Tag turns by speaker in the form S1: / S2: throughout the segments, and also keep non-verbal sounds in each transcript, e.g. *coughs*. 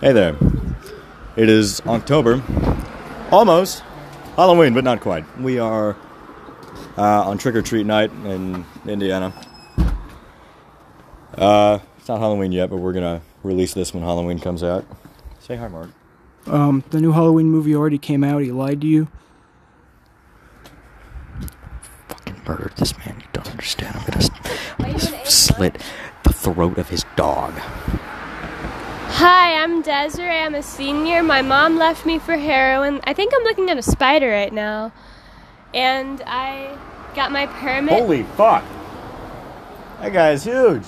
S1: Hey there. It is October. Almost Halloween, but not quite. We are uh, on trick or treat night in Indiana. Uh, it's not Halloween yet, but we're going to release this when Halloween comes out. Say hi, Mark.
S2: Um, the new Halloween movie already came out. He lied to you.
S3: fucking murdered this man. You don't understand. I'm gonna, I'm gonna slit the throat of his dog.
S4: Hi, I'm Desiree. I'm a senior. My mom left me for heroin. I think I'm looking at a spider right now. And I got my permit.
S1: fuck! That guy is huge.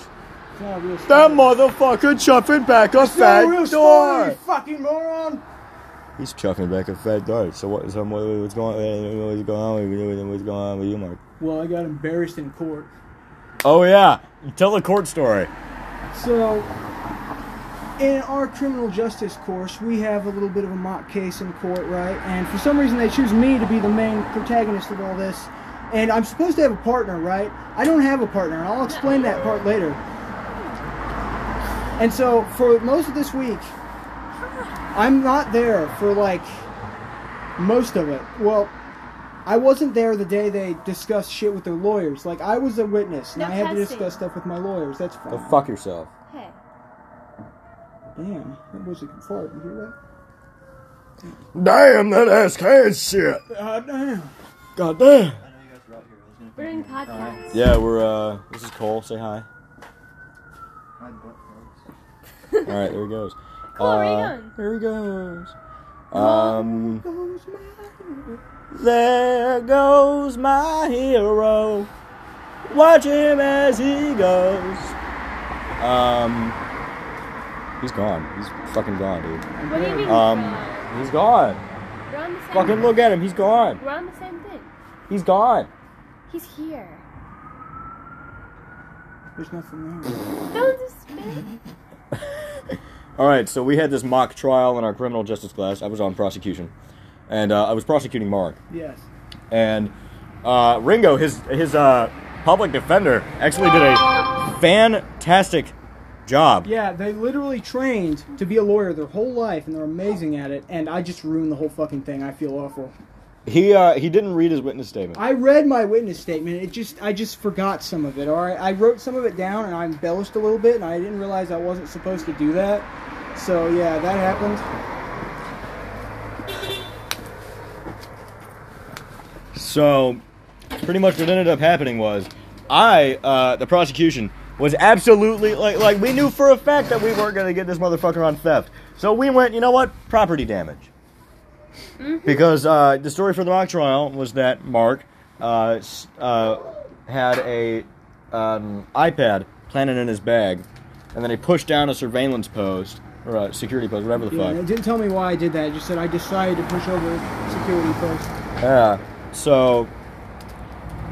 S1: That motherfucker chuffing back a fat door.
S2: fucking moron!
S1: He's chuffing back a fat door. So what? So what, what's going? What's going on with you? What's going on with you, Mark?
S2: Well, I got embarrassed in court.
S1: Oh yeah, tell the court story.
S2: So, in our criminal justice course, we have a little bit of a mock case in court, right? And for some reason, they choose me to be the main protagonist of all this. And I'm supposed to have a partner, right? I don't have a partner. and I'll explain that part later. And so, for most of this week, I'm not there for like most of it. Well, I wasn't there the day they discussed shit with their lawyers. Like, I was a witness, and
S4: No
S2: I had to
S4: cussing.
S2: discuss stuff with my lawyers. That's fine.
S1: Go fuck yourself.
S4: Hey.
S2: Damn, that was a good fart. You hear
S1: Damn, that ass can shit.
S2: that? God Uh, damn.
S1: God damn.
S4: We're doing podcasts.
S1: Yeah, we're uh this is Cole, say hi. Alright, there he goes.
S4: *laughs* Cole, where you
S1: Uh,
S4: going?
S1: Here he goes. Um There goes my hero. Watch him as he goes. Um He's gone. He's fucking gone, dude.
S4: What do you mean?
S1: Um
S4: we're
S1: He's gone.
S4: on the same
S1: Fucking look at him, he's gone.
S4: We're on the same thing.
S1: He's gone.
S4: He's here.
S2: There's nothing there.
S4: Don't just spit.
S1: All right, so we had this mock trial in our criminal justice class. I was on prosecution, and uh, I was prosecuting Mark.
S2: Yes.
S1: And uh, Ringo, his his uh, public defender, actually did a fantastic job.
S2: Yeah, they literally trained to be a lawyer their whole life, and they're amazing at it. And I just ruined the whole fucking thing. I feel awful.
S1: He uh, he didn't read his witness statement.
S2: I read my witness statement. It just, I just forgot some of it. All right, I wrote some of it down, and I embellished a little bit, and I didn't realize I wasn't supposed to do that. So yeah, that happened.
S1: So, pretty much what ended up happening was, I, uh, the prosecution, was absolutely like like we knew for a fact that we weren't gonna get this motherfucker on theft. So we went, you know what? Property damage. Because uh, the story for the mock trial was that Mark uh, s- uh, had a um, iPad planted in his bag, and then he pushed down a surveillance post or a security post, whatever the
S2: Yeah,
S1: fuck.
S2: it didn't tell me why I did that. It just said I decided to push over security post.
S1: Yeah. So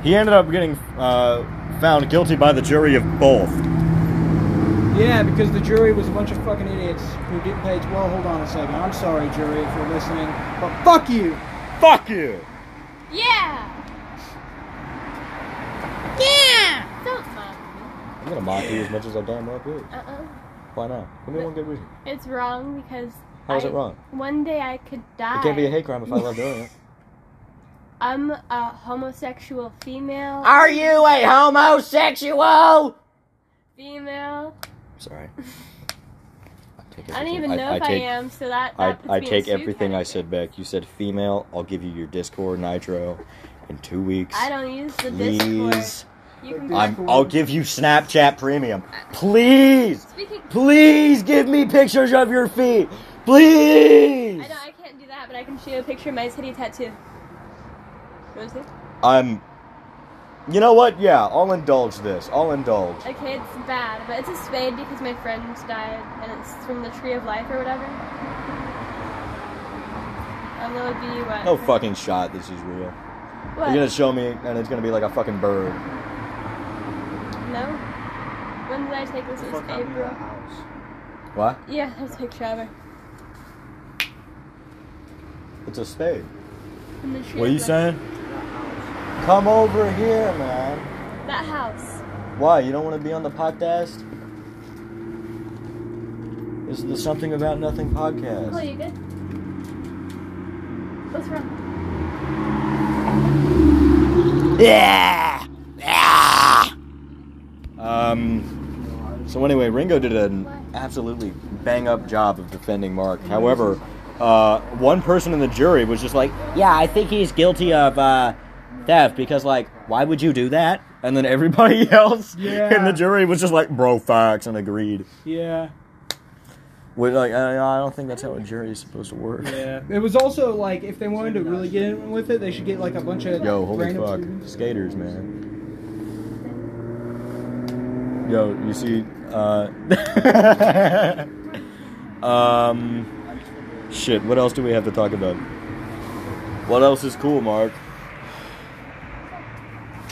S1: he ended up getting uh, found guilty by the jury of both.
S2: Yeah, because the jury was a bunch of fucking idiots who didn't pay. Well, hold on a second. I'm sorry, jury, if you're listening, but fuck you.
S1: Fuck you.
S4: Yeah! Yeah! Don't mock me.
S1: I'm gonna mock you as much as I damn well please.
S4: Uh-uh.
S1: Why not? Give me one good reason.
S4: It's wrong because.
S1: How is
S4: I-
S1: it wrong?
S4: One day I could die.
S1: It can't be a hate crime if I love
S4: *laughs*
S1: doing it.
S4: I'm a homosexual female.
S3: Are you a homosexual?
S4: female.
S1: Sorry. I, take
S4: I
S1: everything-
S4: don't even know if I,
S1: take,
S4: am, so that,
S1: I,
S4: that puts
S1: I
S4: me in
S1: take
S4: Sue
S1: everything I
S4: category.
S1: said back. You said female. I'll give you your Discord Nitro in two weeks.
S4: I don't use the
S1: Please.
S4: Discord. You can
S1: I'm, I'll give you Snapchat Premium. Please.
S4: Speaking,
S1: Please give me pictures of your feet. Please.
S4: I don't. I can't do that, but I can show you a picture of my city tattoo. You want to see?
S1: I'm. You know what? Yeah, I'll indulge this. I'll indulge.
S4: Okay, it's bad, but it's a spade because my friend died, and it's from the tree of life or whatever. And that would be what?
S1: No fucking shot. This is real.
S4: What?
S1: You're gonna show me, and it's gonna be like a fucking bird.
S4: No. When did I take this? It was April.
S1: What?
S4: Yeah, there's a picture of her.
S1: It's a spade.
S4: From the tree
S1: What are
S4: of
S1: you
S4: life.
S1: saying? Come over here, man.
S4: That house.
S1: Why? You don't want to be on the podcast? This is the Something About Nothing
S4: Cool,
S1: podcast.
S4: Oh, you good? What's wrong?
S1: Um, so anyway, Ringo did an absolutely bang up job of defending Mark. However, uh, one person in the jury was just like, "Yeah, I think he's guilty of uh, theft because, like, why would you do that?" And then everybody *laughs* else in
S2: Yeah.
S1: the jury was just like, "Bro, facts," and agreed.
S2: Yeah.
S1: We're like, uh, I I don't think that's how a jury is supposed to work.
S2: Yeah. It was also like if they wanted to really get in with it, they should get like a bunch of
S1: Yo, holy
S2: random
S1: fuck,
S2: students.
S1: skaters, man. Yo, you see, uh, *laughs* um, shit. What else do we have to talk about? What else is cool, Mark?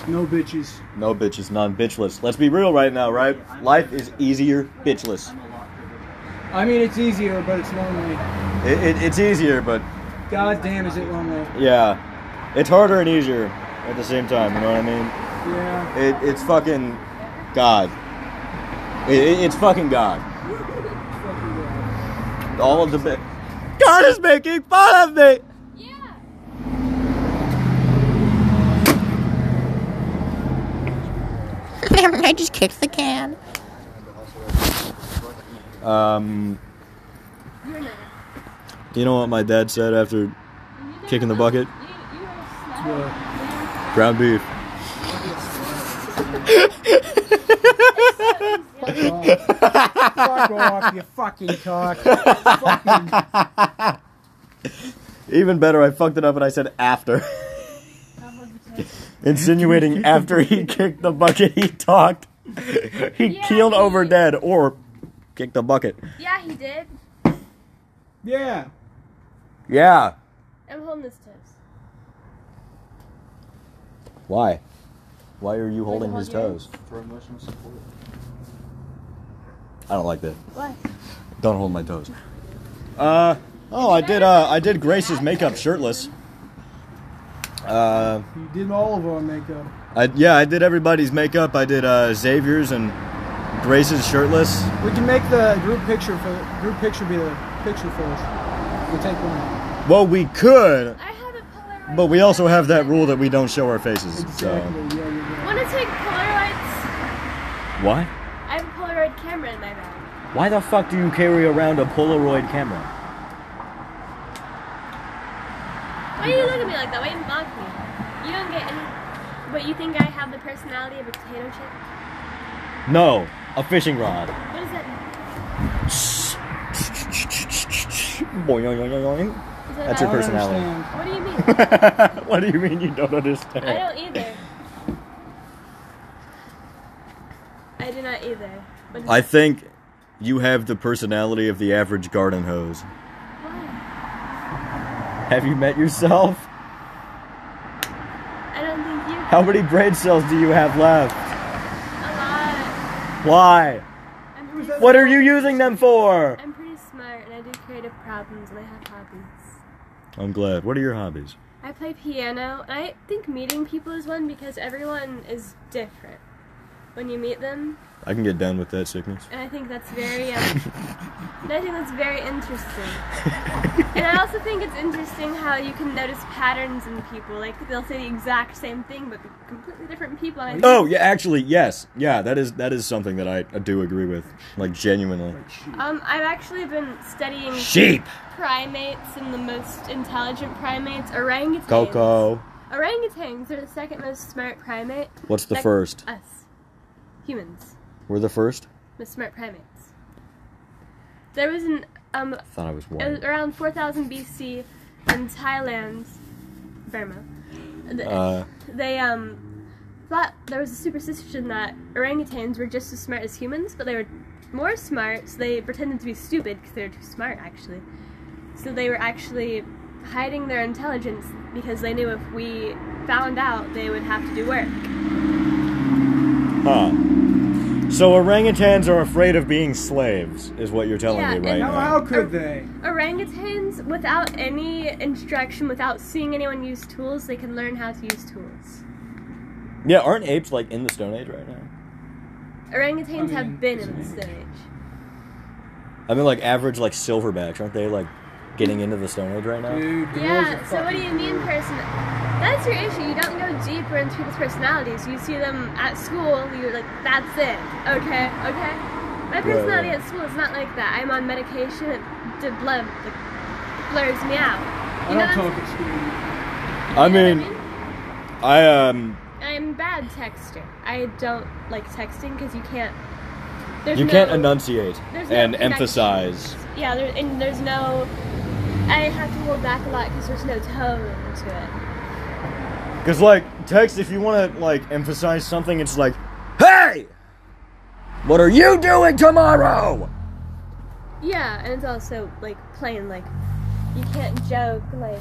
S2: No bitches.
S1: No bitches, non-bitchless. Let's be real right now, right? Life is easier bitchless.
S2: I mean, it's easier, but it's lonely.
S1: It, it, it's easier, but
S2: God damn, is it lonely?
S1: yeah, it's harder and easier at the same time. You know what I mean?
S2: Yeah.
S1: It, it's fucking God. It, it- it's fucking God. All of the bit. God is making fun of me.
S4: Yeah.
S5: *laughs* I just kicked the can.
S1: Um, you know what my dad said after kicking the bucket?
S2: Yeah.
S1: Ground beef.
S2: Fuck off. Fuck off, you fucking cock. Fucking-
S1: Even better, I fucked it up and I said after. *laughs* Insinuating after *laughs* he kicked the bucket, he talked. He
S4: Yeah,
S1: keeled over
S4: he-
S1: dead or kicked the bucket.
S4: Yeah, he did.
S2: yeah.
S1: Yeah.
S4: I'm holding his toes.
S1: Why? Why are you holding
S4: hold
S1: his
S4: your-
S1: toes? I don't like that.
S4: What?
S1: Don't hold my toes. Uh oh, I did. Uh, I did Grace's makeup shirtless. Uh,
S2: You did all of our makeup.
S1: I yeah, I did everybody's makeup. I did uh, Xavier's and Grace's shirtless.
S2: We can make the group picture for group picture be the picture for us. We'll take one.
S1: Well, we could,
S4: I have a Polaroid.
S1: but we also have that rule that we don't show our faces.
S2: Exactly.
S1: So
S2: Yeah, you're right.
S4: Want to take Polaroids?
S1: why?
S4: I have a Polaroid camera in my bag.
S1: Why the fuck do you carry around a Polaroid camera?
S4: Why do you look at me like that? Why do you mock me? You don't get any. But you think I have the personality of a potato chip?
S1: No, a fishing rod. *laughs*
S4: What does that mean? Is that
S1: That's
S4: that?
S1: your
S2: I don't
S1: personality.
S2: understand.
S4: What do you mean?
S1: what do you mean you don't understand?
S4: I don't either. I do not either. What is
S1: I think you have the personality of the average garden hose.
S4: Why?
S1: Have you met yourself?
S4: I don't think you.
S1: How many brain cells do you have left?
S4: A lot.
S1: Why?
S4: I'm pretty,
S1: What are you using them for?
S4: I'm pretty smart and I do creative problems and I have hobbies.
S1: I'm glad. What are your hobbies?
S4: I play piano. and I think meeting people is one because everyone is different when you meet them,
S1: I can get down with that sickness.
S4: and I think that's very. Um, and I think that's very interesting. and I also think it's interesting how you can notice patterns in people. Like they'll say the exact same thing, but be completely different people. And I think,
S1: Oh yeah, actually yes, yeah. That is that is something that I, I do agree with, like genuinely.
S4: Um, I've actually been studying
S1: Sheep,
S4: primates and the most intelligent primates, orangutans.
S1: Coco.
S4: Orangutans are the second most smart primate.
S1: What's the
S4: Next-
S1: first?
S4: Us, humans.
S1: We're the first.
S4: with smart primates. There was an um
S1: I thought I was
S4: it was
S1: one.
S4: around 4000 BC in Thailand, Burma. th-
S1: Uh,
S4: They um thought there was a superstition that orangutans were just as smart as humans, but they were more smart, so they pretended to be stupid because they were too smart actually. So they were actually hiding their intelligence because they knew if we found out they would have to do work.
S1: huh. So orangutans are afraid of being slaves, is what you're telling
S4: Yeah,
S1: me
S4: and
S1: right
S2: Now,
S1: now.
S2: how could they?
S4: Orangutans, without any instruction, without seeing anyone use tools, they can learn how to use tools.
S1: Yeah, aren't apes like in the Stone Age right now?
S4: Orangutans
S2: I mean,
S4: have been
S2: it's
S4: in
S2: an
S4: the
S2: age.
S4: Stone Age.
S1: I mean, like average like silverbacks, aren't they like getting into the Stone Age right now?
S5: Dude, gorillas
S4: Yeah,
S5: are
S4: so what do
S5: fucking-
S4: you mean person? That's your issue. You don't go deeper into people's personalities. You see them at school, you're like, that's it. Okay, okay. My personality
S1: right.
S4: at school is not like that. I'm on medication, it d- blub, like, blurs me out.
S2: I
S4: You know
S2: don't talk
S4: what I'm-
S2: at school.
S1: I
S4: you know what
S1: mean, I um,
S4: I'm bad texter. I don't like texting because you can't. There's
S1: you
S4: no,
S1: can't enunciate
S4: there's no
S1: and
S4: connections.
S1: emphasize.
S4: Yeah, there, and there's no. I have to hold back a lot because there's no tone to it.
S1: Because, like, text, if you want to, like, emphasize something, it's like, Hey! What are you doing tomorrow?
S4: Yeah, and it's also like plain like you can't joke like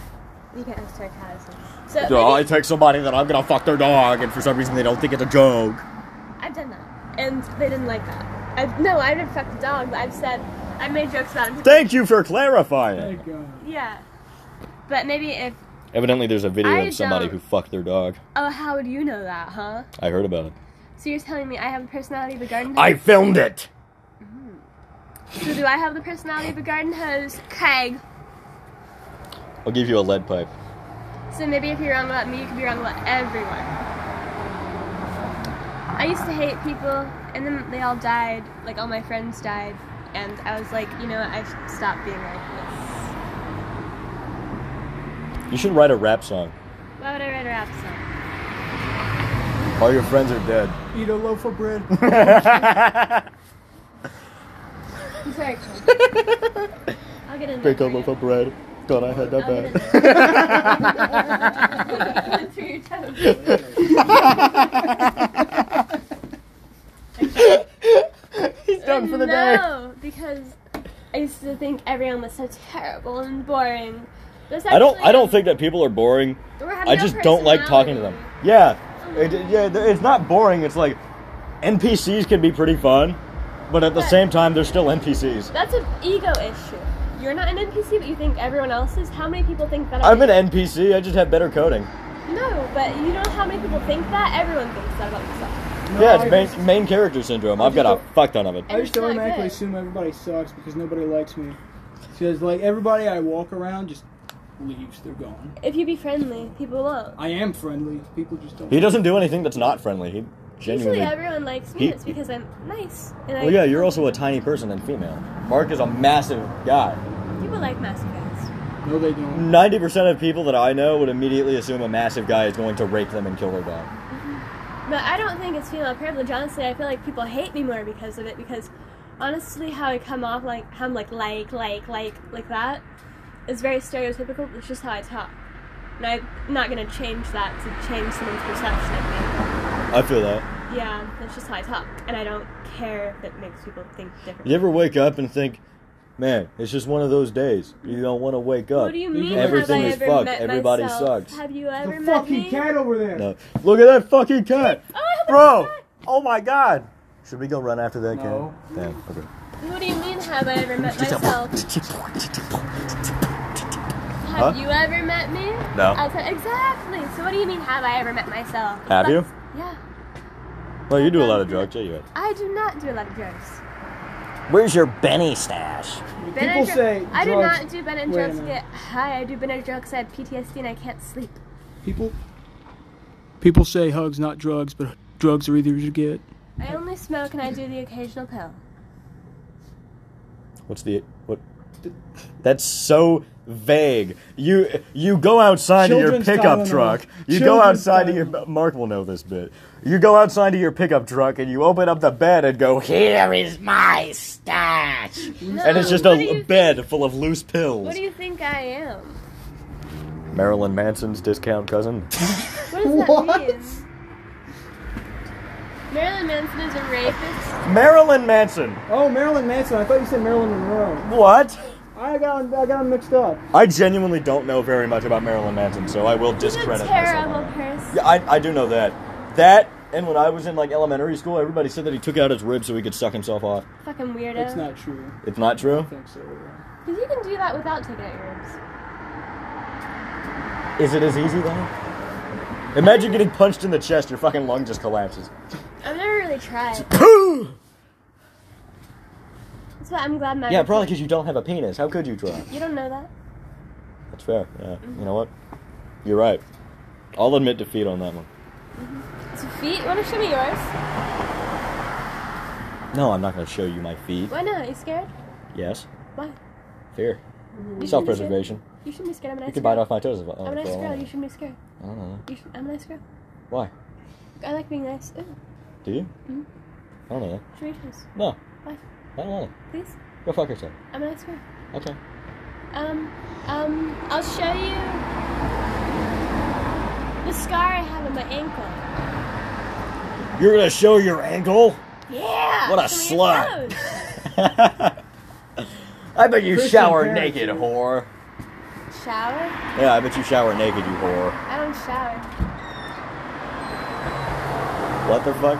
S4: you can't have sarcasm. So
S1: So I
S4: maybe-
S1: text somebody that I'm gonna fuck their dog, and for some reason they don't think it's a joke.
S4: I've done that, and they didn't like that. I've, no, I didn't fuck the dog, but I've said I've made jokes about him.
S1: Thank you for clarifying.
S2: Thank God.
S4: yeah, but maybe if
S1: Evidently, there's a video
S4: I
S1: of somebody
S4: don't-
S1: who fucked their dog.
S4: oh how would you know that, huh?
S1: I heard about it.
S4: So you're telling me I have the personality of a garden
S1: I
S4: hose?
S1: filmed it.
S4: So do I have the personality of a garden hose, Craig?
S1: I'll give you a lead pipe.
S4: So maybe if you're wrong about me, you could be wrong about everyone. I used to hate people, and then they all died. Like all my friends died, and I was like, you know, what, I should stop being like this.
S1: You should write a rap song.
S4: Why would I write a rap song?
S1: All your friends are dead.
S2: Eat a loaf of *laughs* bread.
S4: I'm sorry, Craig. I'll get in there.
S1: Pick a loaf of bread. Thought I had that
S4: Oh,
S1: bad.
S4: *laughs* bread. through your toes.
S1: *laughs* He's done for the day.
S4: no, because I used to think everyone was so terrible and boring. That's
S1: I don't.
S4: actually-
S1: I don't think that people are boring.
S4: Or have
S1: I
S4: no
S1: just don't like talking to them.
S4: personality.
S1: Yeah, it, it- yeah. th- It's not boring. It's like NPCs can be pretty fun, but at the
S4: Right.
S1: same time, they're still NPCs.
S4: That's an ego issue. You're not an NPC, but you think everyone else is. How many people think that?
S1: I'm
S4: about
S1: an NPC. I just have better coding.
S4: you? No, but you know how many people think that. Everyone thinks that about themselves.
S1: yeah, it's main, main character syndrome. I've got a fuck ton of it.
S2: I just
S4: It's not
S2: automatically
S4: good.
S2: assume everybody sucks because nobody likes me. Because like everybody I walk around just leaves. They're gone.
S4: If you be friendly, people will.
S2: I am friendly. People just don't.
S1: He doesn't do anything that's not friendly. He
S4: Usually,
S1: genuinely.
S4: everyone likes me.
S1: He-
S4: and it's because I'm nice. And I,
S1: Well, yeah. You're also a tiny person and female. Mark is a massive guy.
S4: People like massive guys.
S2: No, they don't.
S1: Ninety percent of people that I know would immediately assume a massive guy is going to rape them and kill their dog.
S4: But I don't think it's female privilege. Honestly, I feel like people hate me more because of it. Because honestly, how I come off like how I'm like like like like like that is very stereotypical. It's just how I talk, and I'm not gonna change that to change someone's perception of me.
S1: I feel that.
S4: Yeah, that's just how I talk, and I don't care if it makes people think different.
S1: You ever wake up and think, man, it's just one of those days. You don't want to wake up.
S4: What do you mean?
S1: Everything
S4: have
S1: is
S4: I ever
S1: fucked.
S4: Met
S1: Everybody
S4: myself?
S1: sucks.
S4: Have you ever
S2: The
S4: met
S2: fucking
S4: me?
S2: cat over there.
S1: No. Look at that fucking cat.
S4: Oh,
S1: Bro. Oh my god. Should we go run after that
S2: No.
S1: cat? Damn. Okay.
S4: Who do you mean? Have I ever met myself?
S1: Huh?
S4: Have you ever met me?
S1: No.
S4: I said exactly. So what do you mean? Have I ever met myself?
S1: Have you?
S4: Yeah,
S1: Well, you do a lot of drugs, yeah, you
S4: I do not do a lot of drugs.
S1: Where's your Benny stash?
S4: Ben
S2: People
S4: and Jerk-
S2: say
S4: I do
S2: drugs-
S4: not do Ben and
S2: Wait a
S4: Drugs. to
S2: minute.
S4: Get high. I do Ben and Drugs. I have PTSD and I can't sleep.
S2: People. People say hugs, not drugs, but drugs are either you get.
S4: I only smoke and I do the occasional pill.
S1: What's the what? That's so vague. You you go outside
S2: Children's
S1: to your pickup
S2: Tylenol.
S1: truck. You go
S2: Children's
S1: outside to your
S2: Tylenol.
S1: Mark will know this bit. You go outside to your pickup truck and you open up the bed and go here is my stash. and it's just
S4: what do
S1: a
S4: you
S1: bed full of loose
S4: What
S1: pills.
S4: do you think I am?
S1: Marilyn Manson's discount cousin.
S4: What does that
S2: What?
S4: mean? Marilyn Manson is a rapist.
S1: Marilyn Manson.
S2: Oh, Marilyn Manson. I thought you said Marilyn Monroe.
S1: What?
S2: I got 'em- I got 'em mixed up.
S1: I genuinely don't know very much about Marilyn Manson, so I will
S4: He's a
S1: discredit myself. on
S4: terrible
S1: that.
S4: person.
S1: Yeah, I, I do know that. That and when I was in like elementary school, everybody said that he took out his ribs so he could suck himself off.
S4: Fucking weirdo.
S2: It's not true.
S1: It's not true.
S2: I think so.
S4: Because you can do that without taking out your ribs.
S1: Is it as easy though? Imagine getting punched in the chest, your fucking lung just collapses. *coughs*
S4: I've never really tried.
S1: Pooh!
S4: It's That's why I'm glad my.
S1: Yeah, probably because you don't have a penis. How could you try?
S4: You don't know that.
S1: That's fair. Yeah. You know what? You're right. I'll admit defeat on that one.
S4: So feet. Want to show me yours?
S1: No, I'm not going to show you my feet.
S4: Why not? Are you scared?
S1: Yes.
S4: Why?
S1: Fear.
S4: You shouldn't be scared.
S1: Self-preservation.
S4: You shouldn't be scared. I'm a nice
S1: You could
S4: girl.
S1: bite off my toes if I. Oh,
S4: I'm a nice
S1: well,
S4: girl. You shouldn't be scared.
S1: I don't know.
S4: You should, I'm a nice girl.
S1: Why?
S4: I like being nice. Ooh,
S1: Do you?
S4: Mhm.
S1: I don't know.
S4: show me your toes,
S1: No.
S4: Why?
S1: I don't want it.
S4: please.
S1: Go fuck yourself.
S4: I'm a nice girl.
S1: Okay.
S4: Um, um, I'll show you the scar I have on my ankle.
S1: You're gonna show your ankle?
S4: Yeah.
S1: What a
S4: show me your
S1: slut.
S4: toes.
S1: *laughs* I bet you
S2: Christian
S1: shower
S2: parents,
S1: naked,
S2: dude.
S1: whore.
S4: Shower?
S1: Yeah, I bet you shower naked, you whore.
S4: I don't shower.
S1: What the fuck?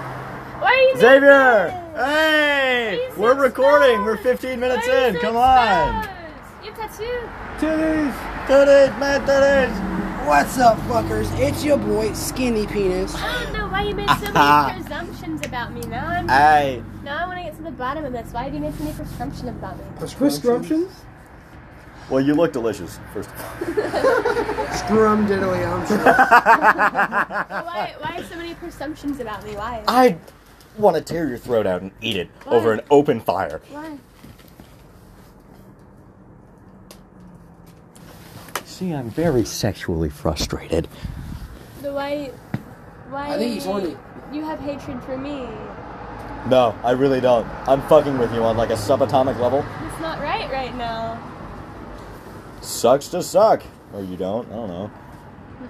S4: Why are you
S1: Xavier!
S4: naked?
S1: Hey!
S4: He's
S1: We're
S4: so
S1: recording. We're
S4: exposed.
S1: 15 minutes
S4: Why are you
S1: in.
S4: so
S1: Come on.
S4: exposed? You have tattoos.
S2: Titties!
S1: Titties, man, titties.
S2: What's up, fuckers? It's your boy, Skinny Penis.
S4: I don't know why you made so
S1: *laughs*
S4: many presumptions about me. Now I'm
S1: Hey.
S4: now I want to get to the bottom of this. Why did you make so many presumptions about me?
S1: *laughs*
S2: Prescriptions?
S1: Well, you look delicious, first of all.
S2: Scrum diddly, I'm sure.
S4: Well, why why so many presumptions about me? Why?
S1: I want to tear your throat out and eat it
S4: Why?
S1: over an open fire.
S4: Why?
S3: See, I'm very sexually frustrated.
S4: The why? Why?
S5: I think he's horny.
S4: You have hatred for me.
S1: No, I really don't. I'm fucking with you on like a subatomic level.
S4: It's not right right now.
S1: Sucks to suck. Or you don't. I don't know.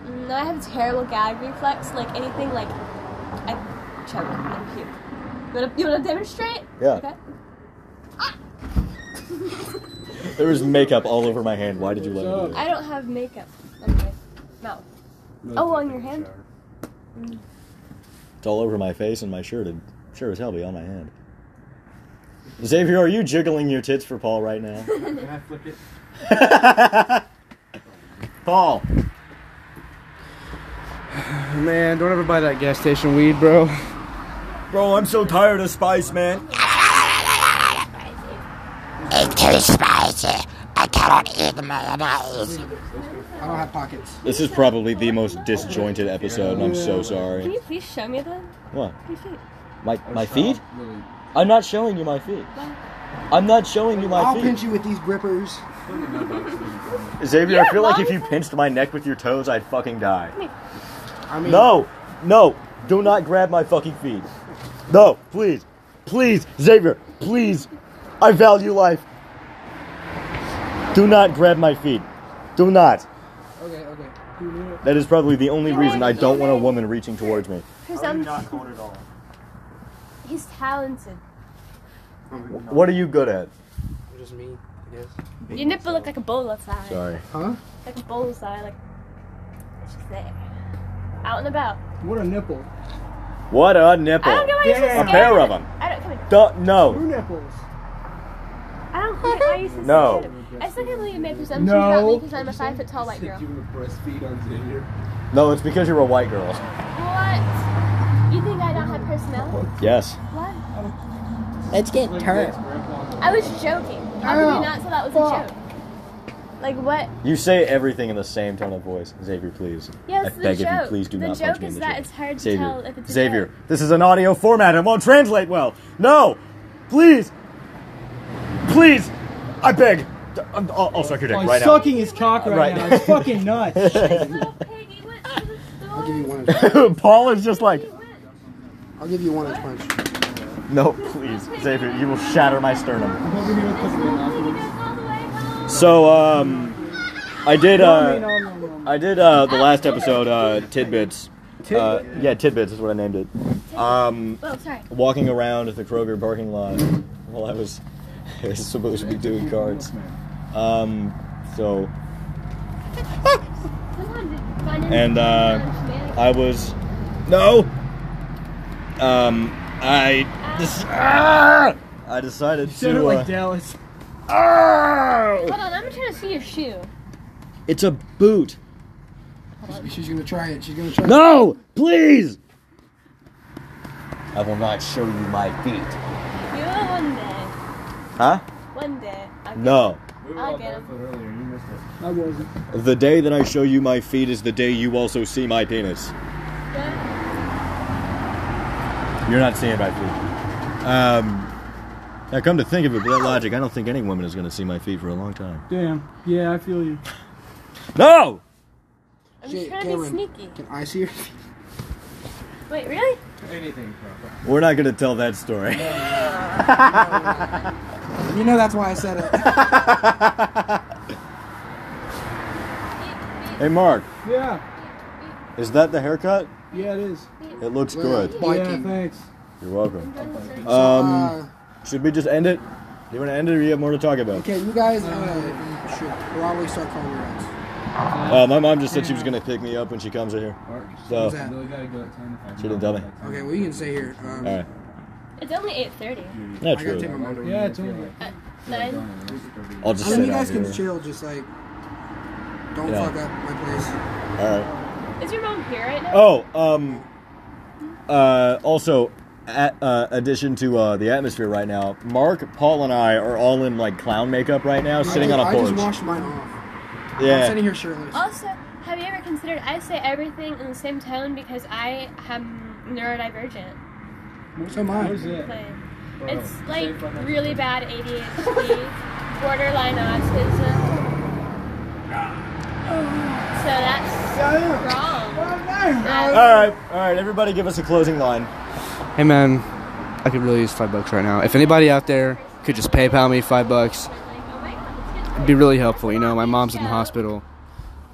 S4: Mm-mm, Mm, I have a terrible gag reflex. Like anything, like I choke and puke. You wanna, you wanna demonstrate?
S1: Yeah.
S4: Okay.
S1: There was makeup all over my hand. Why did you let me do
S4: I don't have makeup on my mouth. *laughs* Oh, on your hand?
S1: it? It's all over my face and my shirt. It sure as hell be on my hand. Xavier, are you jiggling your tits for Paul right *laughs* now?
S5: Can I flick it?
S1: Paul.
S5: Man, don't ever buy that gas station weed, bro.
S1: Bro, I'm so tired of Spice, man.
S5: I don't have pockets.
S1: This is probably the most disjointed episode, and I'm so
S4: Can
S1: sorry.
S4: you please show me them?
S1: What?
S4: Your feet.
S1: My my feet? I'm not showing you my feet.
S4: Why?
S1: I'm not showing you my
S2: I'll
S1: feet.
S2: pinch you with these grippers.
S1: Xavier,
S4: You're
S1: I feel like if
S4: wrong.
S1: you pinched my neck with your toes, I'd fucking die.
S5: I mean,
S1: No, no, do not grab my fucking feet. No, please, please, Xavier, please. I value life. Do not grab my feet. Do not.
S5: Okay, okay.
S1: That is probably the only reason I don't want a woman reaching towards me.
S4: Presumption.
S5: cold at all.
S4: He's talented.
S1: What are you good at?
S5: Just me, I guess.
S4: Your nipple looked like a bullseye.
S1: Sorry.
S5: Huh?
S4: Like a bullseye, like it's just there. Out and about.
S2: What a nipple.
S1: What a nipple.
S4: I don't get why you're so
S2: Damn.
S4: scared.
S1: A pair of 'em.
S4: I don't come here.
S1: Duh, no.
S2: Two nipples.
S4: I don't get why you're so
S1: No.
S4: scared. of me. I still can't believe you made presumptions
S2: No.
S4: about me because I'm a five foot tall white girl.
S5: You were breastfeed on Xavier.
S1: No, it's because you're a white girl.
S4: What? You think I don't have personality?
S1: Yes.
S4: What?
S3: Let's get turned.
S4: I was joking. How could you not tell that was a joke? Like what?
S1: You say everything in the same tone of voice. Xavier, please.
S4: Yes,
S1: I
S4: the
S1: beg of you,
S4: joke.
S1: please do
S4: The
S1: not punch
S4: joke
S1: me in
S4: is
S1: the
S4: that
S1: chin.
S4: it's hard to
S1: Xavier,
S4: tell if it's a
S1: Xavier,
S4: joke.
S1: this is an audio format. It won't translate well. No, please, please, I beg. I'm- I'll, I'll suck your dick
S2: Oh, he's
S1: right
S2: sucking his cock right,
S1: Right.
S2: now. It's
S5: *laughs*
S2: fucking nuts.
S4: Little piggy went to the store.
S5: I'll give you one. at-
S1: now. *laughs* Paul is just like,
S4: He went-
S5: I'll give you one at punch.
S1: no, please, Xavier, you will shatter my sternum.
S4: This little piggy goes all the way home.
S1: So, um, I did,
S2: No,
S1: uh,
S2: no, no, no, no.
S1: I did uh, the last episode, uh, tidbits. Uh, yeah, tidbits is what I named it. Um,
S4: Oh, sorry.
S1: walking around at the Kroger parking lot while I was, *laughs* I was supposed to be doing cards. Um, so And, uh, I was no. Um, I this ah! I decided
S2: Said it
S1: to.
S2: like
S1: Uh,
S2: Dallas.
S1: ah!
S4: Hold on, I'm trying to see your shoe.
S1: It's a boot.
S5: She's gonna try it. She's gonna try it.
S1: No, please. I will not show you my feet.
S4: You will one day.
S1: Huh?
S4: One day. I'll get-
S1: No.
S6: We were
S4: I'll
S6: all
S4: get 'em.
S6: barefoot earlier. You missed it.
S5: I wasn't.
S1: The day that I show you my feet is the day you also see my penis.
S4: Yeah.
S1: You're not seeing my feet. Um, now, come to think of it, with that logic, I don't think any woman is going to see my feet for a long time.
S2: Damn. Yeah, I feel you.
S1: No!
S4: I'm
S5: Shit,
S4: just trying
S5: Cameron,
S4: to be sneaky.
S5: Can I see your
S4: Wait, really?
S6: Anything, bro.
S1: We're not going to tell that story.
S5: You know that's why I said
S1: *laughs*
S5: it.
S1: Hey, Mark,
S2: Yeah.
S1: is that the haircut?
S2: Yeah, it is.
S1: It looks good.
S2: Yeah,
S5: Biking.
S2: thanks.
S1: You're welcome.
S5: So,
S1: Um,
S5: uh,
S1: should we just end it? Do you want to end it or do you have more to talk about?
S5: okay, you guys uh, should probably start calling your ass.
S1: Uh, my mom just said she was going to pick me up when she comes in here.
S6: Mark, you
S1: So,
S5: that?
S6: really gotta go at 10 if I
S1: She didn't tell me.
S5: Okay, well you can stay here. Um,
S1: alright.
S4: It's only 8.30.
S1: Yeah,
S5: I gotta take my
S1: true.
S5: motor.
S2: Yeah, it's only.
S4: Nine.
S1: I'll just
S5: I mean,
S1: sit
S5: you
S1: out
S5: guys can
S1: here.
S5: chill. Just like, don't
S1: Yeah.
S5: fuck up my place.
S1: Alright.
S4: Is your mom here right now?
S1: Oh, um, uh, also, at, uh, addition to uh, the atmosphere right now, Mark, Paul, and I are all in like clown makeup right now, sitting
S5: I,
S1: on a
S5: I
S1: porch.
S5: just washed mine off. I'm
S1: yeah,
S5: sitting here shirtless.
S4: Also, have you ever considered I say everything in the same tone because I am neurodivergent?
S5: So am I.
S2: What is that?
S4: Like, it's like really bad ADHD, borderline
S5: *sighs*
S4: autism. So that's
S2: Yeah,
S4: wrong.
S2: yeah.
S1: all
S7: Uh.
S1: right, all right, everybody, give us a closing line.
S7: Hey man, I could really use five bucks right now. If anybody out there could just PayPal me five bucks,
S4: oh
S7: it'd be really helpful. You know, my mom's in the hospital.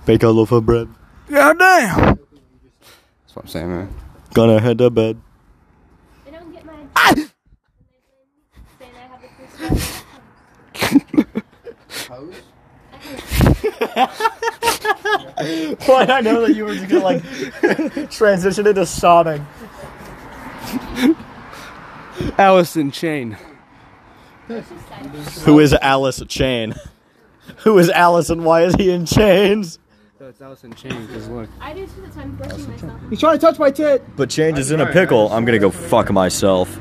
S1: Bake a loaf of bread.
S7: God damn. That's what I'm saying, man.
S1: Gonna head to *laughs* bed.
S4: They don't get my. And they blame me, saying I have the first one.
S5: Pose?
S1: Why I know that you were just gonna like *laughs* transition into sobbing.
S7: Alice in Chain.
S1: Who is Alice Chain? *laughs* Who is Alice and why is he in chains?
S7: No, it's Alice in Chain. Cause look,
S4: I do too, that's why I'm forcing myself.
S2: He's trying to touch my tit.
S1: But change is in a pickle. I'm gonna go fuck myself.